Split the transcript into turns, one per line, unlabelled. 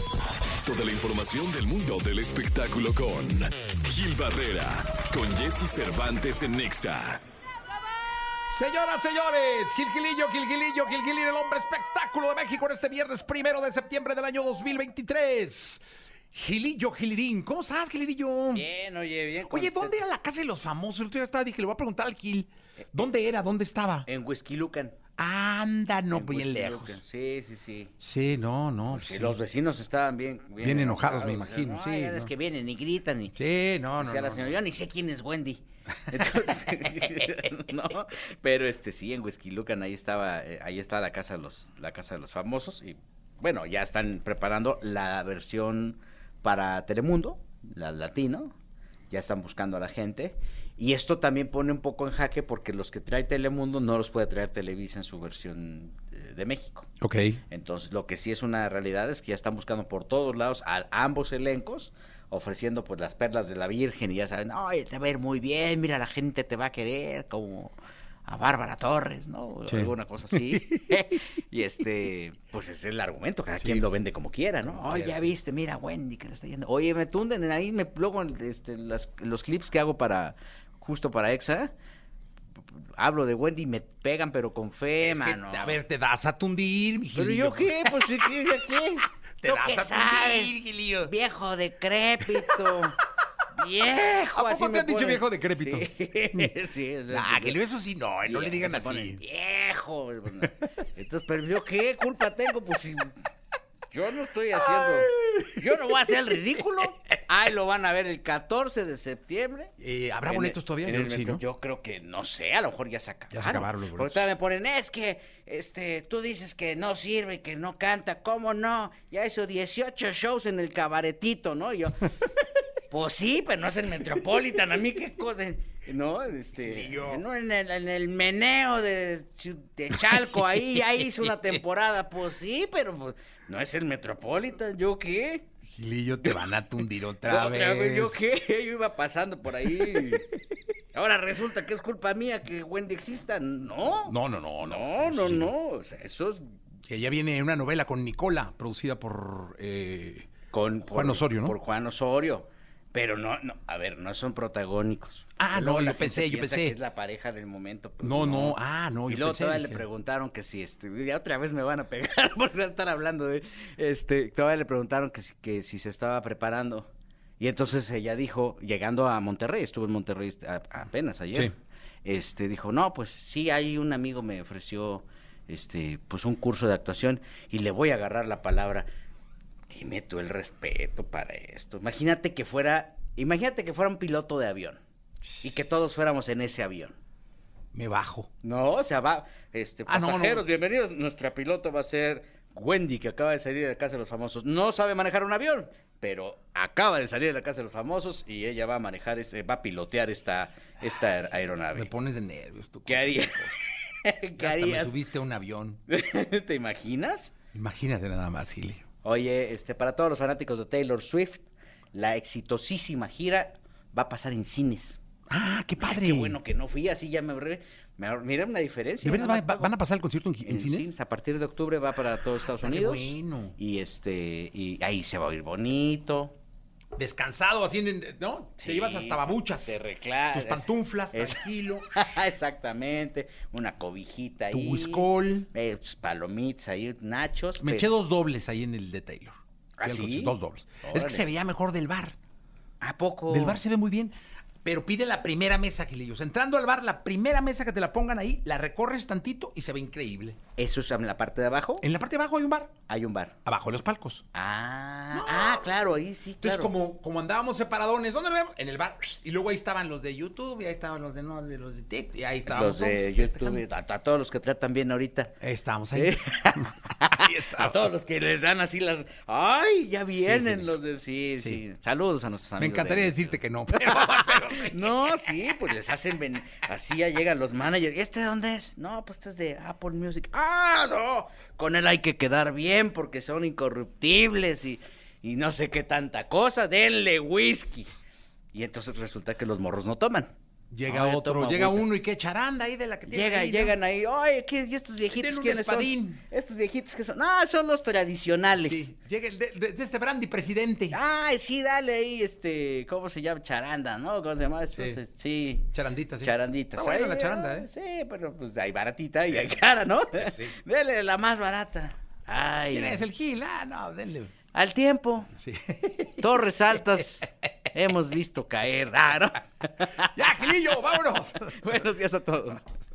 compacto de la información del mundo del espectáculo con Gil Barrera, con Jesse Cervantes en Nexa.
Señoras, señores, Gilgilillo, Gilgilillo, Gilgilillo, el hombre espectáculo de México en este viernes primero de septiembre del año 2023. Gilillo, Gilirín, ¿cómo estás, Gilirillo?
Bien, oye, bien.
Oye,
contento.
¿dónde era la casa de los famosos? El otro día estaba, dije, le voy a preguntar al Gil. ¿Dónde era? ¿Dónde estaba?
En Whisky Lucan.
Anda, no,
Eh,
pues,
En
bien
Huixquilucan.
lejos.
Sí, sí, sí.
Sí, no, no.
Sí, Los vecinos estaban bien. Bien,
Bien enojados, me imagino,
No,
sí,
hay
no.
veces que vienen y gritan y.
Sí, no, no.
decía la
no.
señora, yo ni sé quién es Wendy. Entonces, no, pero este sí, en Whisky Lucan ahí estaba, eh, ahí estaba la casa de los, la casa de los famosos y bueno, ya están preparando la versión para Telemundo, la latino, ya están buscando a la gente y esto también pone un poco en jaque porque los que trae Telemundo no los puede traer Televisa en su versión eh, de México.
Ok.
Entonces, lo que sí es una realidad es que ya están buscando por todos lados a ambos elencos, ofreciendo pues las perlas de la Virgen y ya saben, ay, te va a ir muy bien, mira, la gente te va a querer como a Bárbara Torres, ¿no? O
Sí.
Alguna cosa así. y este, pues ese es el argumento, cada quien lo vende como quiera, ¿no?
Como
Ay,
quiera,
ya
sí.
viste, mira, Wendy que le está yendo. Oye, me tunden, ahí me luego este, las- los clips que hago para, justo para EXA. Hablo de Wendy y me pegan, pero con fe,
Es que,
mano.
a ver, te das a tundir, mi
¿Pero
Gilillo.
yo qué? Pues ¿y qué, ¿Ya qué?
Te
¿Tú
vas
qué
a
sabes?
fundir, Gilillo.
Viejo decrépito. viejo,
¿A poco
así
te
me
han dicho
ponen.
viejo decrépito?
Sí, sí. o sea,
Ah,
pues,
que eso sí, no, no le
ya,
digan
se
así.
ponen, Viejo. bueno. Entonces, pero yo qué culpa tengo, pues si yo no estoy haciendo. Yo no voy a hacer el ridículo. Ahí lo van a ver el 14 de septiembre.
Eh, ¿Habrá
En
boletos
el-
todavía?
en
Yo
el
creo que sí,
metro.
¿no?
Yo creo que, no sé, a lo mejor ya se acabaron.
acabaron los boletos.
Porque todavía me ponen, es que este, tú dices que no sirve, que no canta, ¿cómo no? Ya hizo 18 shows en el cabaretito, ¿no? Y yo, pues sí, pero no es el Metropolitan, a mí qué cosa. No, este,
Lío.
no, en, el, en el meneo de, Chu- de Chalco, ahí ya hizo una temporada, pues sí, pero pues, no es el Metropolitan, ¿yo qué?
Gilillo, te van a tundir otra,
Otra
vez.
vez, ¿Yo qué? Yo iba pasando por ahí. Ahora resulta que es culpa mía que Wendy exista. No.
No, no, no, no.
No, no,
Sí,
no. O sea, eso es
Que ya viene una novela con Nicola, producida por... eh,
con
Juan Osorio, ¿no?
Por Juan Osorio. Pero no, no, a ver, no son protagónicos.
Ah,
Luego
no,
la
yo
gente
pensé, yo
piensa
pensé.
que es la pareja del momento. pero
No, no, ah, no,
Y
yo
luego
pensé,
todavía
dije.
le preguntaron que si este, ya otra vez me van a pegar por estar hablando de, este, todavía le preguntaron que si, que si se estaba preparando. Y entonces ella dijo, llegando a Monterrey, estuve en Monterrey este, a- apenas ayer.
Sí.
Este, dijo, no, pues sí, hay un amigo me ofreció, este, pues un curso de actuación y le voy a agarrar la palabra. Dime tú el respeto para esto. Imagínate que fuera, imagínate que fuera un piloto de avión y que todos fuéramos en ese avión.
me bajo.
No, o sea, va, este,
Ah, no, no.
pasajeros, bienvenidos. Nuestra piloto va a ser Wendy, que acaba de salir de la casa de los famosos. No sabe manejar un avión, pero acaba de salir de la casa de los famosos y ella va a manejar, ese- va a pilotear esta, esta aer-
Me
aeronave.
pones de nervios tú.
¿Qué harías? ¿Qué
Hasta me
harías?
subiste a un avión.
¿Te imaginas?
Imagínate nada más, Gilillo.
Oye, este, para todos los fanáticos de Taylor Swift, la exitosísima gira va a pasar en cines.
Ah, qué padre.
Qué bueno que no fui, así ya me ahorré. Me ahor- Mira una diferencia.
¿De veras
nada
va-
más
va-
pago-
van a pasar el concierto en, en
en
cines?
cines, a partir de octubre va para todos Estados
estaría
Unidos.
bueno.
Y este, y ahí se va a oír bonito.
Descansado, así, en- ¿no? te
Sí,
ibas hasta babuchas.
Te recla-
Tus pantuflas,
Es-
tranquilo.
Exactamente. Una cobijita
Tu
ahí.
whiskol.
eh, tus palomitas ahí, nachos.
Me
pe-
eché dos dobles ahí en el de Taylor. Fui
¿Ah,
al
sí?
concierto, Dos dobles. Es
Órale. Oh.
que se veía mejor del bar.
¿A poco?
Del bar se ve muy bien. Pero pide la primera mesa, Gilillos. Entrando al bar, la primera mesa que te la pongan ahí, la recorres tantito y se ve increíble.
¿Eso es en la parte de abajo?
En la parte de abajo hay un bar,
Hay un bar.
abajo de los palcos.
Ah,
No.
ah, claro, ahí sí,
Entonces,
claro.
como, como andábamos separadones, ¿dónde lo vemos? En el bar. Y luego ahí estaban los de YouTube, y ahí estaban los de no, de los de TikTok, y ahí estábamos
Los de
todos
YouTube,
festejando.
a, a todos los que tratan bien ahorita.
Ahí Estábamos ahí.
Sí. a todos los que les dan así las. ¡Ay! Ya vienen
Felipe.
los de. Sí, sí,
Sí.
Saludos a nuestros
Me
amigos.
encantaría
de-
decirte que no, pero, pero sí.
No, sí, pues les hacen. ven- Así ya llegan los managers. ¿Este de dónde es? No, pues este es de Apple Music. ¡Ah, no! Con él hay que quedar bien porque son incorruptibles y, y no sé qué tanta cosa. Denle whisky. Y entonces resulta que los morros no toman.
Llega
Ay,
otro,
toma
llega
agüita.
uno y qué charanda ahí de la que tiene
Llega,
ahí, ¿no?
llegan ahí, oye, ¿qué, ¿y estos
Tienen
viejitos
un
quiénes son?
espadín.
Estos viejitos que son, no, son los tradicionales.
Sí, llega el de, de- de este brandy presidente.
Ay, sí, dale ahí, este, ¿cómo se llama? Charanda, ¿no? ¿Cómo se llama? Estos,
Sí.
eh, sí.
Charandita, sí.
Charanditas.
Está buena
Ay,
la charanda,
ay,
¿eh?
Sí, pero pues hay baratita y hay cara, ¿no?
sí.
Dele la más barata. Ay.
¿Quién es el Gil? Ah, no, denle.
Al tiempo,
Sí.
torres altas hemos visto caer. Ah, ¿no?
ya, Gilillo, vámonos.
Buenos días a todos.